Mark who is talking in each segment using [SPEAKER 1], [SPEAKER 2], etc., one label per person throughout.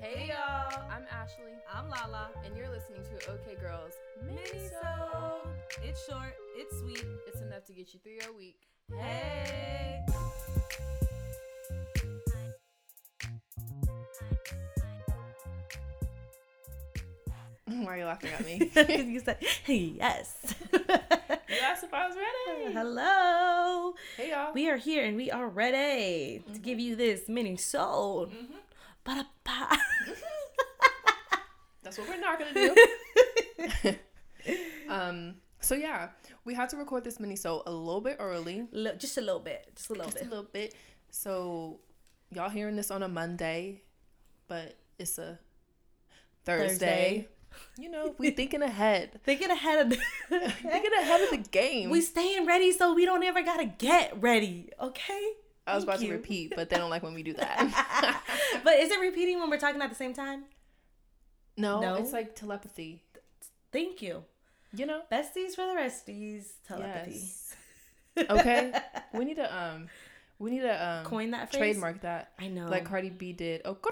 [SPEAKER 1] Hey, y'all.
[SPEAKER 2] I'm Ashley,
[SPEAKER 1] I'm Lala.
[SPEAKER 2] and you're listening to OK Girls
[SPEAKER 1] Miniso. It's short, it's sweet.
[SPEAKER 2] It's enough to get you through your week.
[SPEAKER 1] Hey.
[SPEAKER 3] Why are you laughing at me?
[SPEAKER 1] you said yes.
[SPEAKER 3] yes, if I was ready.
[SPEAKER 1] Hello.
[SPEAKER 3] Hey y'all.
[SPEAKER 1] We are here and we are ready to give you this mini soul. Ba-da-ba.
[SPEAKER 3] That's what we're not gonna do. um. So yeah, we had to record this mini so a little bit early,
[SPEAKER 1] Look, just a little bit. Just a little
[SPEAKER 3] just a
[SPEAKER 1] bit.
[SPEAKER 3] little bit. So y'all hearing this on a Monday, but it's a Thursday.
[SPEAKER 1] Thursday.
[SPEAKER 3] You know, we thinking ahead,
[SPEAKER 1] Thinking ahead of
[SPEAKER 3] thinking ahead of the game.
[SPEAKER 1] We staying ready so we don't ever gotta get ready, okay?
[SPEAKER 3] I was
[SPEAKER 1] Thank
[SPEAKER 3] about
[SPEAKER 1] you.
[SPEAKER 3] to repeat, but they don't like when we do that.
[SPEAKER 1] but is it repeating when we're talking at the same time?
[SPEAKER 3] no,
[SPEAKER 1] No.
[SPEAKER 3] it's like telepathy.
[SPEAKER 1] Thank you.
[SPEAKER 3] You know.
[SPEAKER 1] Besties for the resties. Telepathy.
[SPEAKER 3] Yes. Okay. we need to um, we need to um
[SPEAKER 1] Coin that phrase.
[SPEAKER 3] trademark that.
[SPEAKER 1] I know.
[SPEAKER 3] like Cardi B did. Oh, grr.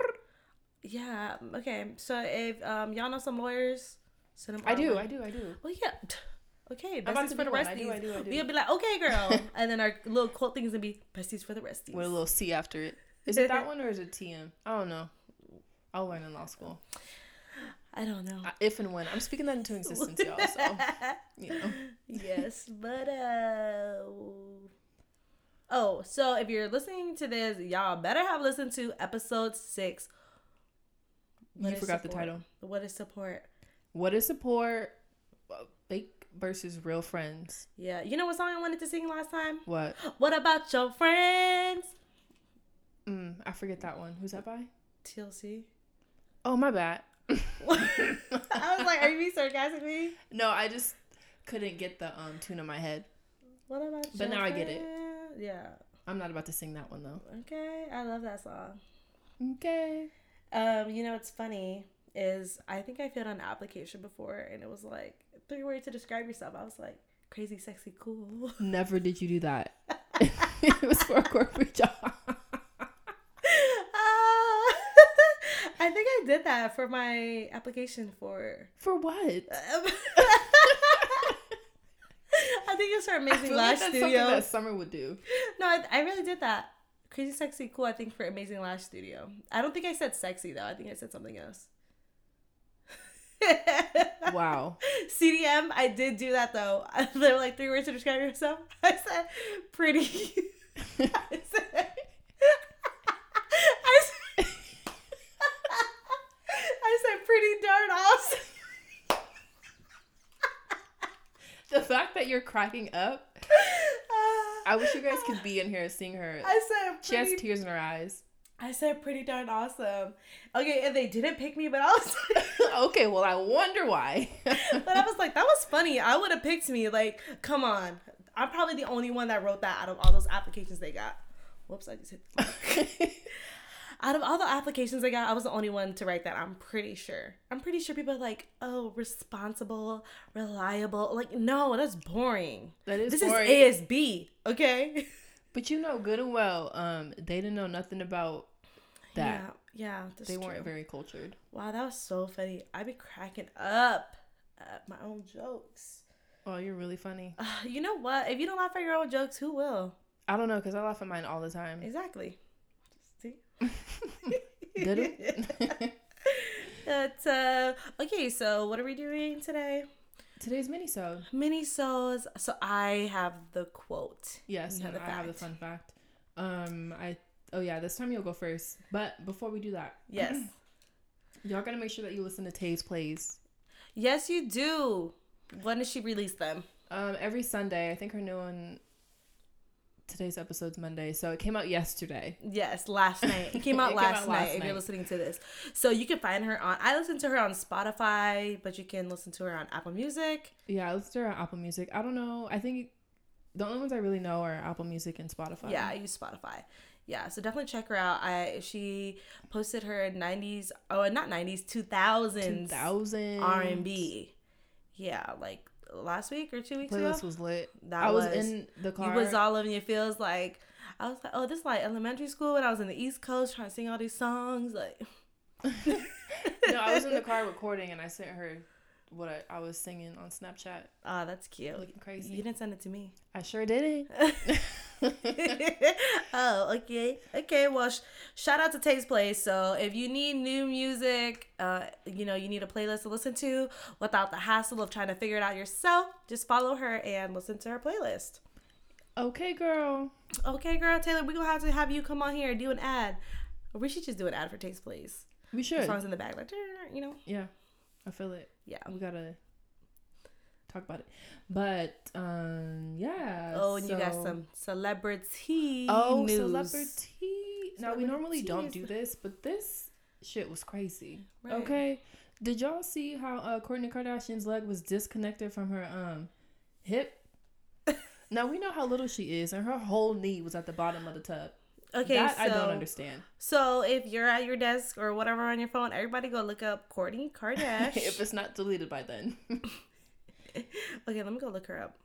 [SPEAKER 1] yeah. Okay. So if um y'all know some lawyers, send them.
[SPEAKER 3] I
[SPEAKER 1] our
[SPEAKER 3] do,
[SPEAKER 1] way.
[SPEAKER 3] I do, I do.
[SPEAKER 1] Well, yeah. Okay.
[SPEAKER 3] I'm about
[SPEAKER 1] Besties
[SPEAKER 3] to be
[SPEAKER 1] for the
[SPEAKER 3] one.
[SPEAKER 1] resties.
[SPEAKER 3] I do, I do, I do.
[SPEAKER 1] We'll be like, okay, girl, and then our little quote thing is gonna be besties for the resties.
[SPEAKER 3] With a little C after it. Is it that one or is it TM? I don't know. I'll learn in law school.
[SPEAKER 1] I don't know.
[SPEAKER 3] I- If and when. I'm speaking that into existence, y'all. So, you know.
[SPEAKER 1] yes, but uh Oh, so if you're listening to this, y'all better have listened to episode six. What
[SPEAKER 3] you
[SPEAKER 1] is
[SPEAKER 3] forgot the
[SPEAKER 1] support?
[SPEAKER 3] title.
[SPEAKER 1] What is support?
[SPEAKER 3] What is support? Uh, Fake versus real friends.
[SPEAKER 1] Yeah, you know what song I wanted to sing last time?
[SPEAKER 3] What?
[SPEAKER 1] What about your friends?
[SPEAKER 3] Mm, I forget that one. Who's that by?
[SPEAKER 1] TLC.
[SPEAKER 3] Oh, my bad.
[SPEAKER 1] I was like, are you being sarcastic with me?
[SPEAKER 3] No, I just couldn't get the um tune in my head.
[SPEAKER 1] What about?
[SPEAKER 3] But
[SPEAKER 1] your
[SPEAKER 3] now I get it.
[SPEAKER 1] friends? Yeah.
[SPEAKER 3] I'm not about to sing that one though.
[SPEAKER 1] Okay, I love that song.
[SPEAKER 3] Okay.
[SPEAKER 1] Um, you know what's funny is I think I filled out an application before, and it was like three words to describe yourself. I was like crazy, sexy, cool.
[SPEAKER 3] Never did you do that. it was for a corporate job.
[SPEAKER 1] Ah, I think I did that for my application for. um,
[SPEAKER 3] For what?
[SPEAKER 1] I think it's for Amazing
[SPEAKER 3] like
[SPEAKER 1] Lash
[SPEAKER 3] that's
[SPEAKER 1] Studio.
[SPEAKER 3] something that Summer would do.
[SPEAKER 1] No, I, I really did that. Crazy, sexy, cool. I think for Amazing Lash Studio. I don't think I said sexy though. I think I said something else.
[SPEAKER 3] Wow.
[SPEAKER 1] CDM, I did do that though. They're like three words to describe yourself. I said pretty. I said, I said, I said pretty darn awesome.
[SPEAKER 3] the fact that you're cracking up, I wish you guys could be in here seeing her.
[SPEAKER 1] I said
[SPEAKER 3] She has
[SPEAKER 1] pretty.
[SPEAKER 3] tears in her eyes.
[SPEAKER 1] I said pretty darn awesome. Okay, and they didn't pick me, but I was,
[SPEAKER 3] okay, well, I wonder why.
[SPEAKER 1] but I was like, that was funny. I would have picked me. Like, come on. I'm probably the only one that wrote that out of all those applications they got. Whoops, I just hit out of all the applications I got, I was the only one to write that. I'm pretty sure. I'm pretty sure people are like, oh, responsible, reliable. Like, no, that's boring.
[SPEAKER 3] that is
[SPEAKER 1] This
[SPEAKER 3] boring.
[SPEAKER 1] is ASB, okay?
[SPEAKER 3] But you know good and well, um, they didn't know nothing about that.
[SPEAKER 1] Yeah, yeah. That's
[SPEAKER 3] they
[SPEAKER 1] true.
[SPEAKER 3] weren't very cultured.
[SPEAKER 1] Wow, that was so funny. I be cracking up at my own jokes.
[SPEAKER 3] Oh, you're really funny.
[SPEAKER 1] Uh, you know what? If you don't laugh at your own jokes, who will?
[SPEAKER 3] I don't know, because I laugh at mine all the time.
[SPEAKER 1] Exactly. See?
[SPEAKER 3] Did it?
[SPEAKER 1] That's, uh, okay, so what are we doing today?
[SPEAKER 3] Today's mini-sode.
[SPEAKER 1] Mini souls. So I have the quote.
[SPEAKER 3] Yes,
[SPEAKER 1] You have
[SPEAKER 3] and
[SPEAKER 1] the
[SPEAKER 3] I have the fun fact. Um, I oh yeah, this time you'll go first. But before we do that,
[SPEAKER 1] Yes.
[SPEAKER 3] y'all gotta make sure that you listen to Tay's plays.
[SPEAKER 1] yes, you do. When does she release them?
[SPEAKER 3] Um, every Sunday, I think her new one. Today's episode's Monday, so it came out yesterday.
[SPEAKER 1] Yes, last night. It came
[SPEAKER 3] It
[SPEAKER 1] out,
[SPEAKER 3] came
[SPEAKER 1] last,
[SPEAKER 3] out last
[SPEAKER 1] night, if you're
[SPEAKER 3] night.
[SPEAKER 1] listening to this. So you can find her on, I listen to her on Spotify, but you can listen to her on Apple Music.
[SPEAKER 3] Yeah, I listened to her on Apple Music. I don't know. I think the only ones I really know are Apple Music and Spotify.
[SPEAKER 1] Yeah, I use Spotify. Yeah, so definitely check her out. I She posted her 90s, oh, not 90s, 2000s,
[SPEAKER 3] two thousand
[SPEAKER 1] R&B. Yeah, like last week or two weeks ago.
[SPEAKER 3] playlist was lit.
[SPEAKER 1] That
[SPEAKER 3] I was,
[SPEAKER 1] was-
[SPEAKER 3] in the car.
[SPEAKER 1] You was all in your feels like I was like, oh, this is like elementary school when I was in the East Coast trying to sing all these songs. Like,
[SPEAKER 3] no, I was in the car recording and I sent her what I, I was singing on Snapchat.
[SPEAKER 1] Ah, that's cute.
[SPEAKER 3] Looking crazy.
[SPEAKER 1] You didn't send it to me.
[SPEAKER 3] I sure did it.
[SPEAKER 1] oh, okay. Okay, well, sh- shout out to Taste Place. So, if you need new music, uh, you know, you need a playlist to listen to without the hassle of trying to figure it out yourself, just follow her and listen to her playlist.
[SPEAKER 3] okay, girl.
[SPEAKER 1] Okay, girl, Taylor, we're going to have to have you come on here and do an ad. Or we should just do an ad for Taste Place.
[SPEAKER 3] We
[SPEAKER 1] The
[SPEAKER 3] should.
[SPEAKER 1] Songs in the back, like, you know?
[SPEAKER 3] Yeah, I feel it.
[SPEAKER 1] Yeah.
[SPEAKER 3] we gotta talk about it. But um, yeah.
[SPEAKER 1] Oh, and you got
[SPEAKER 3] so-
[SPEAKER 1] some celebrity
[SPEAKER 3] oh
[SPEAKER 1] news.
[SPEAKER 3] celebrity. Now we normally don't do
[SPEAKER 1] Celebrities.
[SPEAKER 3] this, but this shit was crazy.
[SPEAKER 1] Right.
[SPEAKER 3] Okay, did y'all see how uh, Kourtney Kardashian's leg was disconnected from her um hip? now we know how little she is, and her whole knee was at the bottom of the tub.
[SPEAKER 1] Okay,
[SPEAKER 3] that
[SPEAKER 1] so
[SPEAKER 3] I don't understand.
[SPEAKER 1] So if you're at your desk or whatever on your phone, everybody go look up Courtney
[SPEAKER 3] if
[SPEAKER 1] Kardashian.
[SPEAKER 3] it's not deleted by then,
[SPEAKER 1] okay, let me go look her up.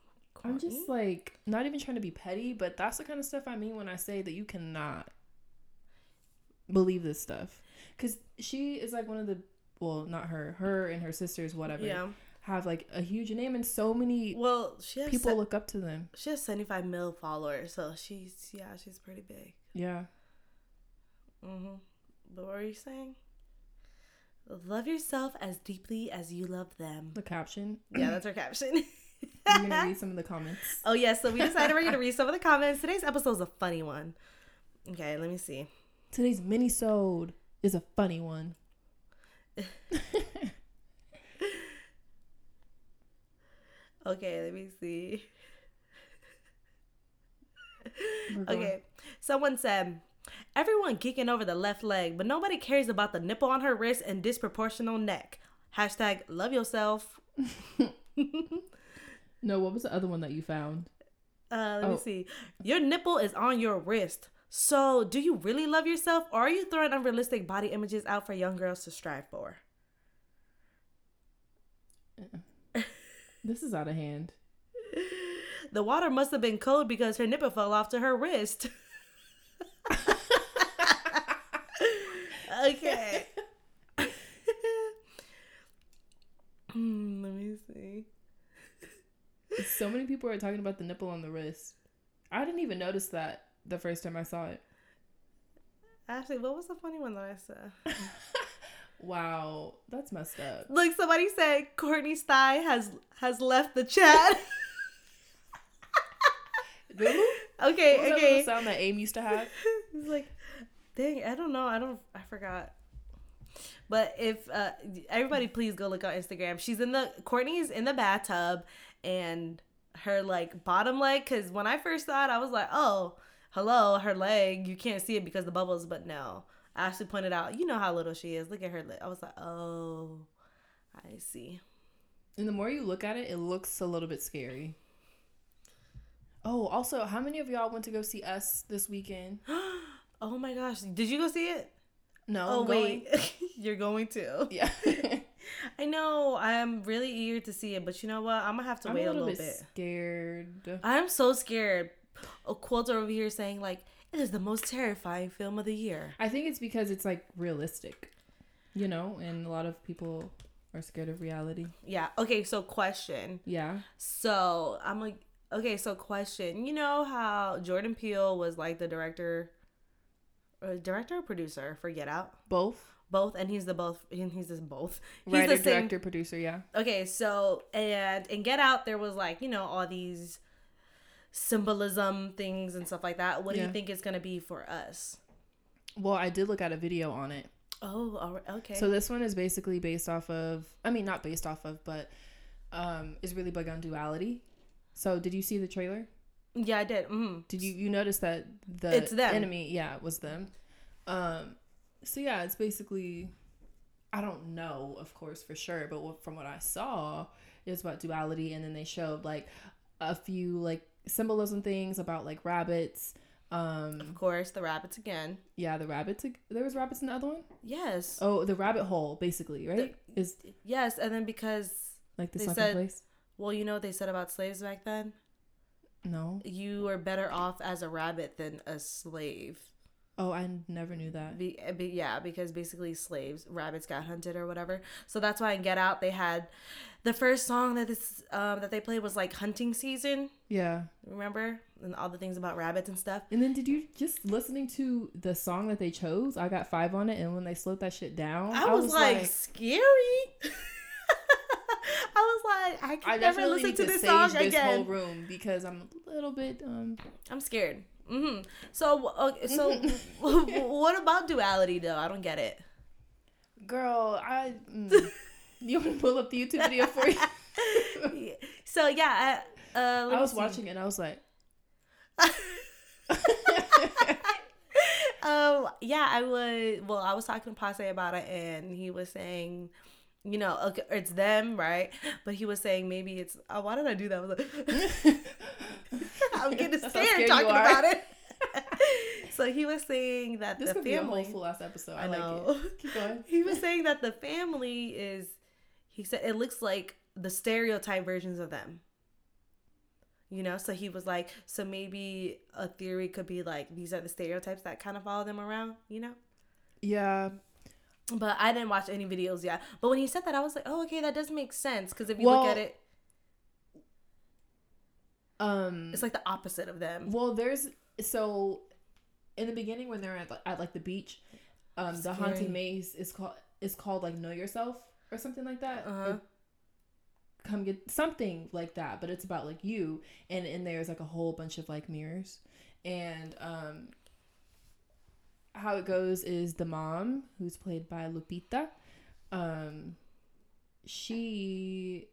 [SPEAKER 3] I'm
[SPEAKER 1] Courtney.
[SPEAKER 3] just like not even trying to be petty, but that's the kind of stuff I mean when I say that you cannot believe this stuff. Because she is like one of the, well, not her, her and her sisters, whatever,
[SPEAKER 1] yeah.
[SPEAKER 3] have like a huge name and so many
[SPEAKER 1] Well, she has
[SPEAKER 3] people
[SPEAKER 1] se-
[SPEAKER 3] look up to them.
[SPEAKER 1] she has 75 mil followers, so she's yeah, she's pretty big.
[SPEAKER 3] Yeah.
[SPEAKER 1] Mhm. But what were you saying? Love yourself as deeply as you love them.
[SPEAKER 3] The caption.
[SPEAKER 1] Yeah, that's her caption.
[SPEAKER 3] You're going to read some of the comments.
[SPEAKER 1] Oh yes, so we decided we're gonna read some of the comments. Today's episode's a funny one. Okay, let me see.
[SPEAKER 3] Today's mini sode is a funny one.
[SPEAKER 1] Okay, let me see.
[SPEAKER 3] We're going-
[SPEAKER 1] Okay. Someone said, everyone geeking over the left leg, but nobody cares about the nipple on her wrist and disproportional neck. Hashtag love yourself.
[SPEAKER 3] No, what was the other one that you found?
[SPEAKER 1] Uh, let
[SPEAKER 3] Oh.
[SPEAKER 1] me see. Your nipple is on your wrist. So, do you really love yourself or are you throwing unrealistic body images out for young girls to strive for?
[SPEAKER 3] This is out of hand.
[SPEAKER 1] The water must have been cold because her nipple fell off to her wrist. okay. Hmm, Let me see.
[SPEAKER 3] So many people are talking about the nipple on the wrist. I didn't even notice that the first time I saw it.
[SPEAKER 1] Ashley, what was the funny one that I said?
[SPEAKER 3] Wow, that's messed up.
[SPEAKER 1] Look, somebody said Courtney Sty has has left the chat.
[SPEAKER 3] Really?
[SPEAKER 1] okay,
[SPEAKER 3] What was that little
[SPEAKER 1] okay.
[SPEAKER 3] sound that AIM used to have?
[SPEAKER 1] It's like, dang, I don't know. I don't. I forgot. But if uh, everybody, please go look on Instagram. She's in the Courtney's in the bathtub, and her like bottom leg. Cause when I first saw it, I was like, oh, hello, her leg. You can't see it because the bubbles. But no, Ashley pointed out. You know how little she is. Look at her leg. I was like, oh, I see.
[SPEAKER 3] And the more you look at it, it looks a little bit scary. Oh, also, how many of y'all went to go see us this weekend?
[SPEAKER 1] oh my gosh, did you go see it?
[SPEAKER 3] No.
[SPEAKER 1] Oh
[SPEAKER 3] I'm
[SPEAKER 1] wait,
[SPEAKER 3] going.
[SPEAKER 1] you're going to.
[SPEAKER 3] Yeah.
[SPEAKER 1] I know. I'm really eager to see it, but you know what? I'm gonna have to
[SPEAKER 3] I'm
[SPEAKER 1] wait
[SPEAKER 3] a little,
[SPEAKER 1] bit.
[SPEAKER 3] bit, scared.
[SPEAKER 1] I'm so scared. A quilter over here saying like it is the most terrifying film of the year.
[SPEAKER 3] I think it's because it's like realistic, you know, and a lot of people are scared of reality.
[SPEAKER 1] Yeah. Okay. So question.
[SPEAKER 3] Yeah.
[SPEAKER 1] So I'm like, okay. So question. You know how Jordan Peele was like the director, or director or producer for Get Out,
[SPEAKER 3] Both.
[SPEAKER 1] both, and he's the both, and he's the both. He's
[SPEAKER 3] Writer,
[SPEAKER 1] the same
[SPEAKER 3] director, producer, yeah.
[SPEAKER 1] okay so and in get out there was like you know all these symbolism things and stuff like that what do
[SPEAKER 3] Yeah.
[SPEAKER 1] you think it's gonna be for us
[SPEAKER 3] Well, I did look at a video on it.
[SPEAKER 1] oh all right, okay
[SPEAKER 3] So this one is basically based off of, I mean, not based off of, but um, is really big on duality. So did you see the trailer?
[SPEAKER 1] yeah i did mm.
[SPEAKER 3] Did you you notice that the
[SPEAKER 1] It's them.
[SPEAKER 3] enemy? Yeah, it was them. Um, so yeah, it's basically, I don't know, of course, for sure, but what, from what I saw, it's about duality, and then they showed like a few like symbolism things about like rabbits.
[SPEAKER 1] of
[SPEAKER 3] Um,
[SPEAKER 1] course the rabbits again
[SPEAKER 3] yeah, the rabbits. There was rabbits in the other one.
[SPEAKER 1] yes
[SPEAKER 3] Oh, the rabbit hole, basically, right? Is
[SPEAKER 1] yes and then because
[SPEAKER 3] like the
[SPEAKER 1] They
[SPEAKER 3] second
[SPEAKER 1] said-
[SPEAKER 3] place.
[SPEAKER 1] well you know what they said about slaves back then
[SPEAKER 3] No.
[SPEAKER 1] you were better off as a rabbit than a slave
[SPEAKER 3] Oh, I never knew that.
[SPEAKER 1] Be, be, yeah, because basically slaves, rabbits got hunted or whatever. So that's why in Get Out they had the first song that this um, that they played was like hunting season.
[SPEAKER 3] Yeah.
[SPEAKER 1] Remember and all the things about rabbits and stuff.
[SPEAKER 3] And then did you just listening to the song that they chose? I got five on it, and when they slowed that shit down,
[SPEAKER 1] I, was, like, scary. I was like, I can
[SPEAKER 3] I
[SPEAKER 1] never
[SPEAKER 3] definitely
[SPEAKER 1] listen
[SPEAKER 3] need
[SPEAKER 1] to
[SPEAKER 3] to
[SPEAKER 1] this
[SPEAKER 3] this
[SPEAKER 1] song
[SPEAKER 3] this
[SPEAKER 1] again.
[SPEAKER 3] whole room because I'm a little bit. Um,
[SPEAKER 1] I'm scared. hmm So okay, so what about duality though? I don't get it.
[SPEAKER 3] girl, I. mm. you want to pull up the YouTube video for you?
[SPEAKER 1] So yeah, I, uh,
[SPEAKER 3] I
[SPEAKER 1] let me
[SPEAKER 3] was
[SPEAKER 1] see.
[SPEAKER 3] watching it, and I was like,
[SPEAKER 1] um, yeah, I would. Well, I was talking to Pase about it, and he was saying, you know, okay, it's them, right? But he was saying maybe it's. Oh, why did I do that? I was like, I'm getting
[SPEAKER 3] That's
[SPEAKER 1] scared,
[SPEAKER 3] how scared you
[SPEAKER 1] talking
[SPEAKER 3] are.
[SPEAKER 1] about it. so he was saying that
[SPEAKER 3] "This
[SPEAKER 1] the
[SPEAKER 3] could be a whole
[SPEAKER 1] family.
[SPEAKER 3] full ass episode." I,
[SPEAKER 1] I
[SPEAKER 3] like
[SPEAKER 1] know.
[SPEAKER 3] it. Keep going.
[SPEAKER 1] he was saying that the family is. He said it looks like the stereotype versions of them. You know, so he was like, so maybe a theory could be like these are the stereotypes that kind of follow them around. You know.
[SPEAKER 3] Yeah,
[SPEAKER 1] But I didn't watch any videos yet. But when he said that, I was like, oh, okay, that does make sense. Because if you look
[SPEAKER 3] Well-
[SPEAKER 1] at it,
[SPEAKER 3] um
[SPEAKER 1] it's like the opposite of them.
[SPEAKER 3] well there's so in the beginning when they're at, at like the beach um the haunted
[SPEAKER 1] Scary.
[SPEAKER 3] maze is called is called like know yourself or something like that
[SPEAKER 1] Uh-huh.
[SPEAKER 3] Or come get something like that but it's about like you and in there's like a whole bunch of like mirrors and um how it goes is the mom who's played by lupita um she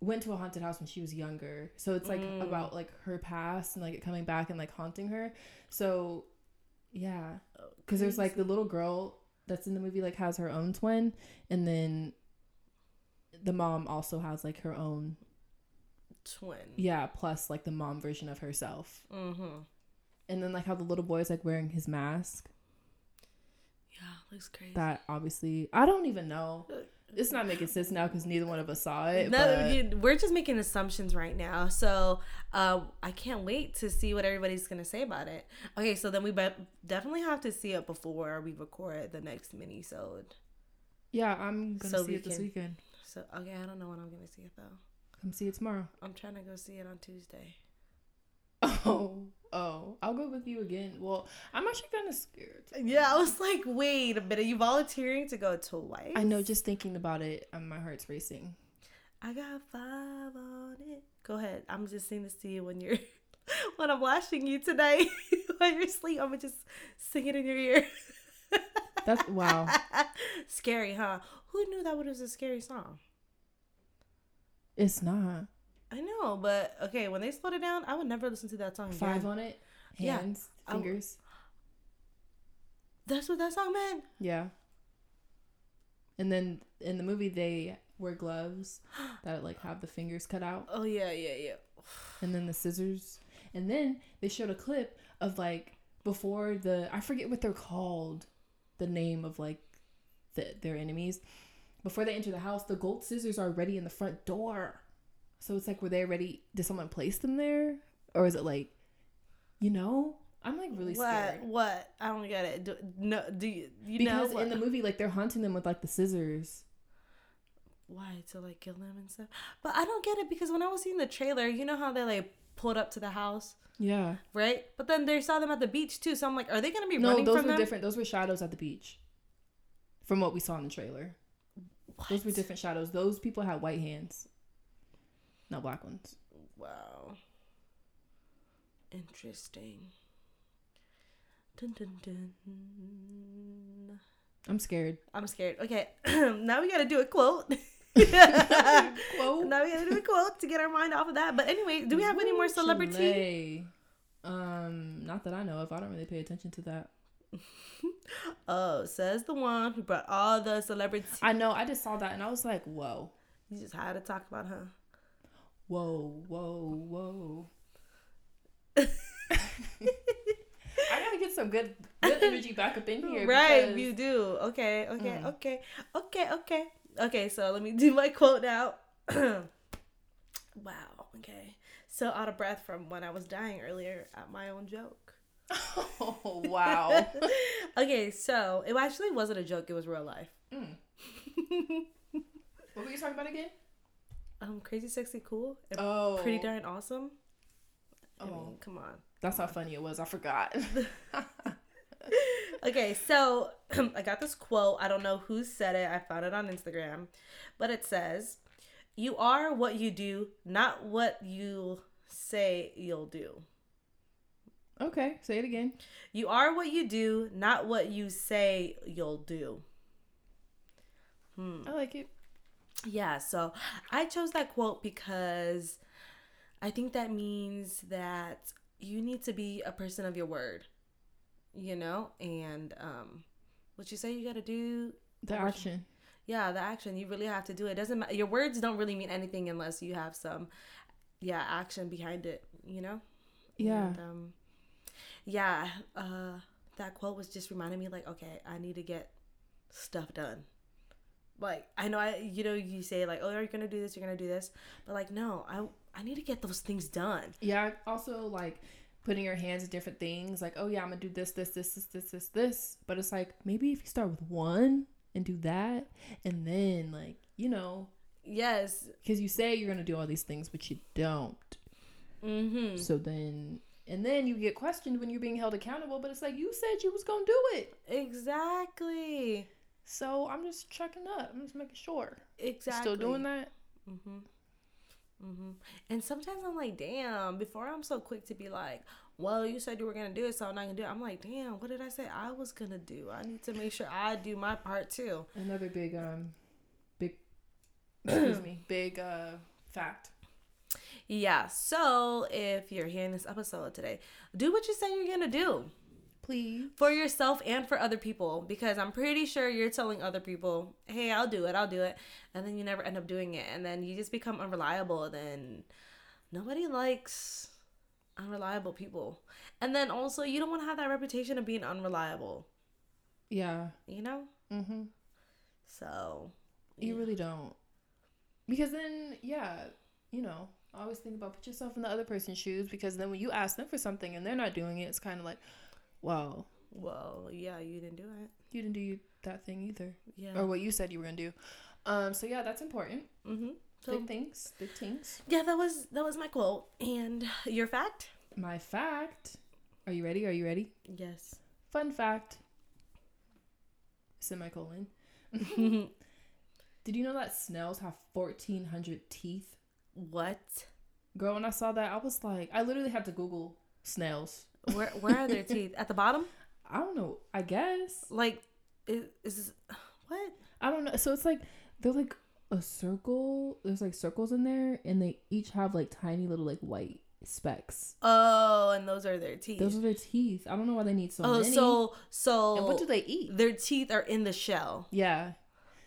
[SPEAKER 3] went to a haunted house when she was younger so it's like
[SPEAKER 1] Mm.
[SPEAKER 3] about like her past and like it coming back and like haunting her so yeah because there's like the little girl that's in the movie like has her own twin and then the mom also has like her own
[SPEAKER 1] Twin.
[SPEAKER 3] yeah plus like the mom version of herself
[SPEAKER 1] Mm-hmm.
[SPEAKER 3] and then like how the little boy is like wearing his mask
[SPEAKER 1] Yeah, looks crazy.
[SPEAKER 3] that obviously i don't even know it's not making sense now because neither one of us saw it
[SPEAKER 1] No,
[SPEAKER 3] but-
[SPEAKER 1] you- we're just making assumptions right now. So uh, I can't wait to see what everybody's going to say about it. Okay, so then we be- definitely have to see it before we record the next mini-sode.
[SPEAKER 3] yeah i'm gonna
[SPEAKER 1] So
[SPEAKER 3] see
[SPEAKER 1] we
[SPEAKER 3] it this
[SPEAKER 1] can-
[SPEAKER 3] weekend
[SPEAKER 1] So, okay, I don't know when I'm going to see it, though.
[SPEAKER 3] come see it tomorrow
[SPEAKER 1] I'm trying to go see it on Tuesday.
[SPEAKER 3] oh oh i'll go with you again well i'm actually kind of scared
[SPEAKER 1] Yeah, I was like, wait a minute. You volunteering to go twice?
[SPEAKER 3] i know just thinking about it um, my heart's racing
[SPEAKER 1] I got five on it. Go ahead. I'm just singing this to you when you're when I'm watching you tonight while you're asleep. I'm gonna just sing it in your ear.
[SPEAKER 3] that's wow
[SPEAKER 1] scary, huh? Who knew that was a scary song?
[SPEAKER 3] it's not
[SPEAKER 1] I know, but okay, when they slowed it down, I would never listen to that song again.
[SPEAKER 3] five on it
[SPEAKER 1] Yeah.
[SPEAKER 3] hands
[SPEAKER 1] Oh.
[SPEAKER 3] fingers
[SPEAKER 1] That's what that song meant.
[SPEAKER 3] yeah and then in the movie they wear gloves that like have the fingers cut out
[SPEAKER 1] Oh yeah, yeah, yeah.
[SPEAKER 3] and then the scissors and then they showed a clip of like before the i forget what they're called the name of like the, their enemies before they enter the house the gold scissors are already in the front door so it's like were they already did someone place them there or is it like you know i'm like really
[SPEAKER 1] what?
[SPEAKER 3] scared
[SPEAKER 1] What? I don't get it. Do, no, do you? You
[SPEAKER 3] because
[SPEAKER 1] know, what-
[SPEAKER 3] in the movie like they're haunting them with like the scissors
[SPEAKER 1] why to like kill them and stuff. But I don't get it because when I was seeing the trailer, you know how they like pulled up to the house,
[SPEAKER 3] yeah
[SPEAKER 1] right? But then they saw them at the beach too, so I'm like, are they gonna be
[SPEAKER 3] no
[SPEAKER 1] running
[SPEAKER 3] those
[SPEAKER 1] from
[SPEAKER 3] were
[SPEAKER 1] them?
[SPEAKER 3] different those were shadows at the beach from what we saw in the trailer
[SPEAKER 1] What?
[SPEAKER 3] Those were different shadows. Those people had white hands, not black ones.
[SPEAKER 1] Wow. Interesting. Dun, dun, dun.
[SPEAKER 3] I'm scared.
[SPEAKER 1] I'm scared. Okay, now we gotta do a quote.
[SPEAKER 3] Quote.
[SPEAKER 1] Now we gotta do a quote to get our mind off of that. But anyway, do we have any more celebrity?
[SPEAKER 3] Chile. Um, not that I know of. I don't really pay attention to that.
[SPEAKER 1] Oh, says the one who brought all the celebrities.
[SPEAKER 3] I know. I just saw that and I was like, whoa,
[SPEAKER 1] You just had to talk about her.
[SPEAKER 3] whoa, whoa, whoa. I gotta get some good, good energy back up in here.
[SPEAKER 1] right
[SPEAKER 3] because-
[SPEAKER 1] you do okay okay
[SPEAKER 3] Mm.
[SPEAKER 1] okay okay okay okay so let me do my quote now wow okay so out of breath from when i was dying earlier at my own joke
[SPEAKER 3] Oh wow.
[SPEAKER 1] okay, so it actually wasn't a joke, it was real life.
[SPEAKER 3] Mm. What were you talking about again?
[SPEAKER 1] um, crazy, sexy, cool, and
[SPEAKER 3] Oh,
[SPEAKER 1] pretty darn awesome. I
[SPEAKER 3] Oh,
[SPEAKER 1] mean, come on.
[SPEAKER 3] that's how funny it was. I forgot.
[SPEAKER 1] Okay, so I got this quote. I don't know who said it. I found it on Instagram, but it says, "You are what you do, not what you say you'll do.
[SPEAKER 3] okay, say it again.
[SPEAKER 1] You are what you do, not what you say you'll do." Hmm.
[SPEAKER 3] I like it.
[SPEAKER 1] Yeah, so I chose that quote because I think that means that you need to be a person of your word, you know, and um, what you say you got to do.
[SPEAKER 3] The action.
[SPEAKER 1] Yeah, the action you really have to do it. Doesn't ma- your words don't really mean anything unless you have some, yeah, action behind it. You know.
[SPEAKER 3] Yeah.
[SPEAKER 1] And, um, yeah. Uh, that quote was just reminding me, like, okay, I need to get stuff done. Like, I know I, you know, you say like, oh, you're gonna do this, you're gonna do this, but like, no, I, I need to get those things done.
[SPEAKER 3] Yeah. Also, like putting your hands to different things. Like, oh yeah, I'm gonna do this, this, this, this, this, this, this. But it's like maybe if you start with one and do that, and then like you know,
[SPEAKER 1] Yes.
[SPEAKER 3] because you say you're gonna do all these things, but you don't.
[SPEAKER 1] Mm-hmm.
[SPEAKER 3] So then, and then you get questioned when you're being held accountable. But it's like you said you was gonna do it.
[SPEAKER 1] Exactly.
[SPEAKER 3] So I'm just checking up. I'm just making sure.
[SPEAKER 1] Exactly.
[SPEAKER 3] Still doing that?
[SPEAKER 1] Mm-hmm. Mm-hmm. And sometimes I'm like, damn, before I'm so quick to be like, well, you said you were going to do it, so I'm not going to do it. I'm like, damn, what did I say I was going to do? I need to make sure I do my part too.
[SPEAKER 3] Another big um big excuse me, big uh fact.
[SPEAKER 1] Yeah. So if you're hearing this episode today, do what you say you're going to do
[SPEAKER 3] Please.
[SPEAKER 1] for yourself and for other people because I'm pretty sure you're telling other people, hey, I'll do it, I'll do it. And then you never end up doing it. And then you just become unreliable. Then nobody likes unreliable people. And then also, you don't want to have that reputation of being unreliable,
[SPEAKER 3] Yeah.
[SPEAKER 1] you know?
[SPEAKER 3] Mm-hmm.
[SPEAKER 1] So,
[SPEAKER 3] You really don't. Because then yeah, you know, I always think about put yourself in the other person's shoes because then when you ask them for something and they're not doing it, it's kinda like, Well,
[SPEAKER 1] well, yeah, you didn't do it.
[SPEAKER 3] you didn't do you- that thing either.
[SPEAKER 1] Yeah.
[SPEAKER 3] Or what you said you were gonna do. Um, so yeah, that's important.
[SPEAKER 1] mm-hmm. So,
[SPEAKER 3] big things, big things.
[SPEAKER 1] yeah, that was that was my quote. And your fact?
[SPEAKER 3] My fact. Are you ready? Are you ready?
[SPEAKER 1] Yes.
[SPEAKER 3] Fun fact. Semicolon. Did you know that snails have 1,400 teeth?
[SPEAKER 1] what?
[SPEAKER 3] Girl, when I saw that, I was like, I literally had to Google snails.
[SPEAKER 1] Where where are their teeth? At the bottom?
[SPEAKER 3] I don't know. I guess.
[SPEAKER 1] like is, is this what
[SPEAKER 3] I don't know. So it's like, they're like a circle. There's like circles in there, and they each have like tiny little like white specks.
[SPEAKER 1] oh and those are their teeth
[SPEAKER 3] Those are their teeth. I don't know why they need so
[SPEAKER 1] oh
[SPEAKER 3] many.
[SPEAKER 1] so so
[SPEAKER 3] and what do they eat?
[SPEAKER 1] their teeth are in the shell
[SPEAKER 3] Yeah.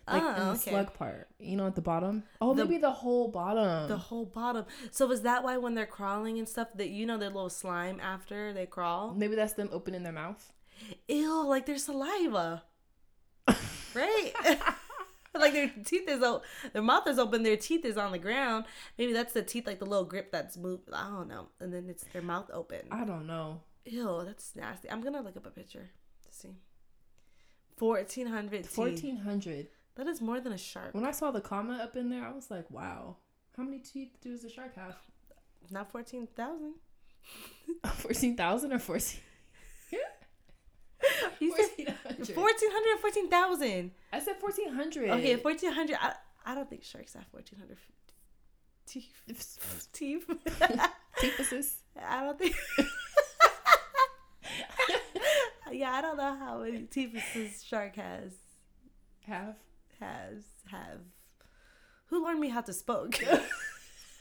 [SPEAKER 3] Like in
[SPEAKER 1] oh
[SPEAKER 3] the
[SPEAKER 1] okay
[SPEAKER 3] slug part, you know, at the bottom. Oh,
[SPEAKER 1] The-
[SPEAKER 3] maybe the whole bottom.
[SPEAKER 1] the whole bottom so is that why when they're crawling and stuff that you know their little slime after they crawl
[SPEAKER 3] Maybe that's them opening their mouth. Mm-hmm.
[SPEAKER 1] ew like their saliva right like their teeth is o- their mouth is open their teeth is on the ground maybe that's the teeth like the little grip that's moved i don't know and then it's their mouth open
[SPEAKER 3] I don't know.
[SPEAKER 1] Ew, that's nasty. I'm gonna look up a picture to see. Fourteen hundred teeth.
[SPEAKER 3] Fourteen hundred.
[SPEAKER 1] That is more than a shark.
[SPEAKER 3] When I saw the comma up in there, I was like, "Wow, how many teeth does a shark have?
[SPEAKER 1] Not fourteen thousand.
[SPEAKER 3] Fourteen thousand or fourteen?
[SPEAKER 1] You said
[SPEAKER 3] Fourteen hundred.
[SPEAKER 1] fourteen hundred or fourteen thousand.
[SPEAKER 3] I said fourteen hundred.
[SPEAKER 1] Okay, fourteen hundred. I, I don't think sharks have fourteen hundred teeth. Teeth.
[SPEAKER 3] Teethuses.
[SPEAKER 1] I don't think. yeah, I don't know how many teeth this shark has
[SPEAKER 3] Have.
[SPEAKER 1] has have. Who learned me how to spoke?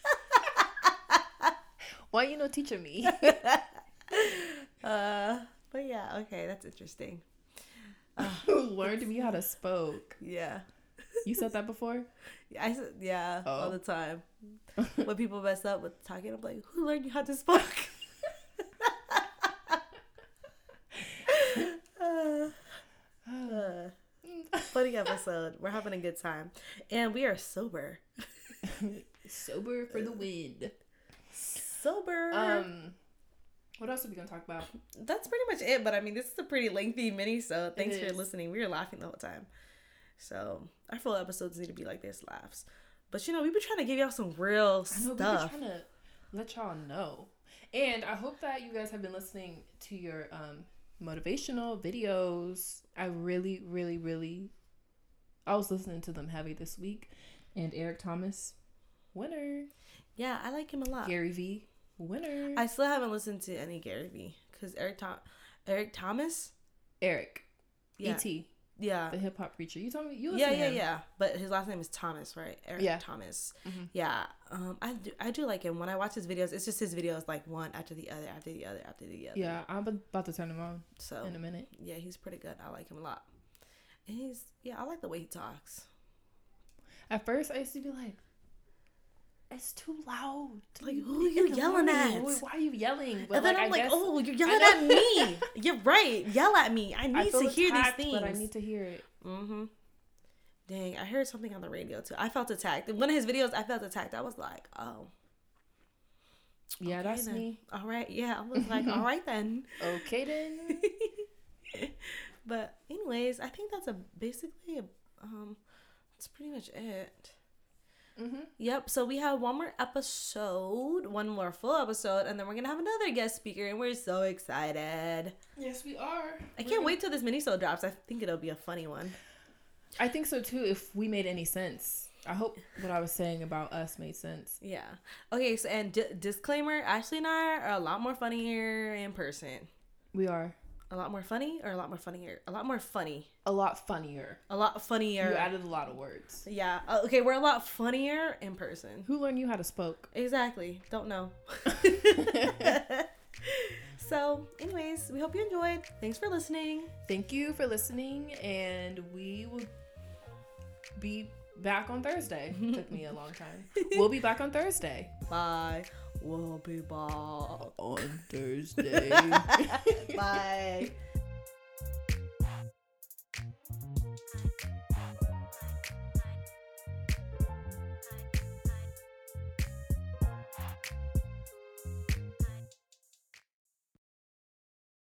[SPEAKER 3] Why you no teaching me?
[SPEAKER 1] uh, but yeah, okay, that's interesting.
[SPEAKER 3] Who learned me how to spoke?
[SPEAKER 1] Yeah.
[SPEAKER 3] You said that before.
[SPEAKER 1] I s- yeah, all
[SPEAKER 3] Oh.
[SPEAKER 1] the time. when people mess up with talking, I'm like, who learned you how to spoke? Uh, uh, funny episode. We're having a good time. And we are sober.
[SPEAKER 3] Sober for the wind.
[SPEAKER 1] Sober.
[SPEAKER 3] Um, What else are we gonna talk about?
[SPEAKER 1] That's pretty much it. But I mean, this is a pretty lengthy mini, so thanks for
[SPEAKER 3] is.
[SPEAKER 1] listening. We were laughing the whole time. So our full episodes need to be like this laughs. But you know, we've been trying to give y'all some real
[SPEAKER 3] I know
[SPEAKER 1] stuff.
[SPEAKER 3] we were trying to let y'all know, and I hope that you guys have been listening to your um, motivational videos. I really, really, really, I was listening to them heavy this week, and Eric Thomas, winner,
[SPEAKER 1] yeah, I like him a lot.
[SPEAKER 3] Gary V, winner,
[SPEAKER 1] Uh, I still haven't listened to any Gary Vee because Eric Tom- Eric Thomas.
[SPEAKER 3] Eric,
[SPEAKER 1] Yeah,
[SPEAKER 3] E.T.
[SPEAKER 1] yeah,
[SPEAKER 3] the hip hop preacher. You told me you listen
[SPEAKER 1] yeah,
[SPEAKER 3] to
[SPEAKER 1] yeah,
[SPEAKER 3] him.
[SPEAKER 1] yeah. But his last name is Thomas, right? Eric
[SPEAKER 3] Yeah.
[SPEAKER 1] Thomas.
[SPEAKER 3] Mhm.
[SPEAKER 1] Yeah, um, I do, I do like him. When I watch his videos, it's just his videos like one after the other, after the other, after the other.
[SPEAKER 3] Yeah, I'm about to turn him on
[SPEAKER 1] So
[SPEAKER 3] in a minute.
[SPEAKER 1] yeah, he's pretty good. I like him a lot. And he's yeah, I like the way he talks.
[SPEAKER 3] At first, I used to be like, "It's too loud."
[SPEAKER 1] Like, who are you yelling at?
[SPEAKER 3] Why- Why are you yelling? But
[SPEAKER 1] and then
[SPEAKER 3] like,
[SPEAKER 1] I'm
[SPEAKER 3] I
[SPEAKER 1] like,
[SPEAKER 3] guess
[SPEAKER 1] oh, you're
[SPEAKER 3] I
[SPEAKER 1] yelling
[SPEAKER 3] know-
[SPEAKER 1] at me. you're right. Yell at me. I
[SPEAKER 3] I
[SPEAKER 1] need
[SPEAKER 3] feel
[SPEAKER 1] to hear
[SPEAKER 3] attacked,
[SPEAKER 1] these things.
[SPEAKER 3] but I need to hear it.
[SPEAKER 1] Mm-hmm. Dang, I heard something on the radio too. I felt attacked. In one of his videos, I felt attacked. I was like, oh,
[SPEAKER 3] Yeah,
[SPEAKER 1] okay
[SPEAKER 3] that's
[SPEAKER 1] then.
[SPEAKER 3] me.
[SPEAKER 1] All right, yeah. I was like, all right then.
[SPEAKER 3] Okay then.
[SPEAKER 1] but anyways, I think that's a basically a, um, that's pretty much it.
[SPEAKER 3] mm-hmm.
[SPEAKER 1] Yep. So we have one more episode, one more full episode, and then we're gonna have another guest speaker, and we're so excited.
[SPEAKER 3] Yes, we are.
[SPEAKER 1] I can't wait till this minisode drops. I think it'll be a funny one.
[SPEAKER 3] I think so too. If we made any sense, I hope what I was saying about us made sense.
[SPEAKER 1] Yeah. Okay. So and d- disclaimer: Ashley and I are a lot more funnier in person.
[SPEAKER 3] We are
[SPEAKER 1] A lot more funny, or a lot more funnier. A lot more funny.
[SPEAKER 3] a lot funnier.
[SPEAKER 1] A lot funnier.
[SPEAKER 3] You added a lot of words.
[SPEAKER 1] yeah. Uh, okay. We're a lot funnier in person.
[SPEAKER 3] Who learned you how to spoke?
[SPEAKER 1] Exactly. Don't know. so, anyways, we hope you enjoyed. Thanks for listening.
[SPEAKER 3] Thank you for listening, and we will be back on Thursday. Took me a long time. We'll be back on Thursday.
[SPEAKER 1] Bye. We'll be back.
[SPEAKER 3] On Thursday.
[SPEAKER 1] Bye.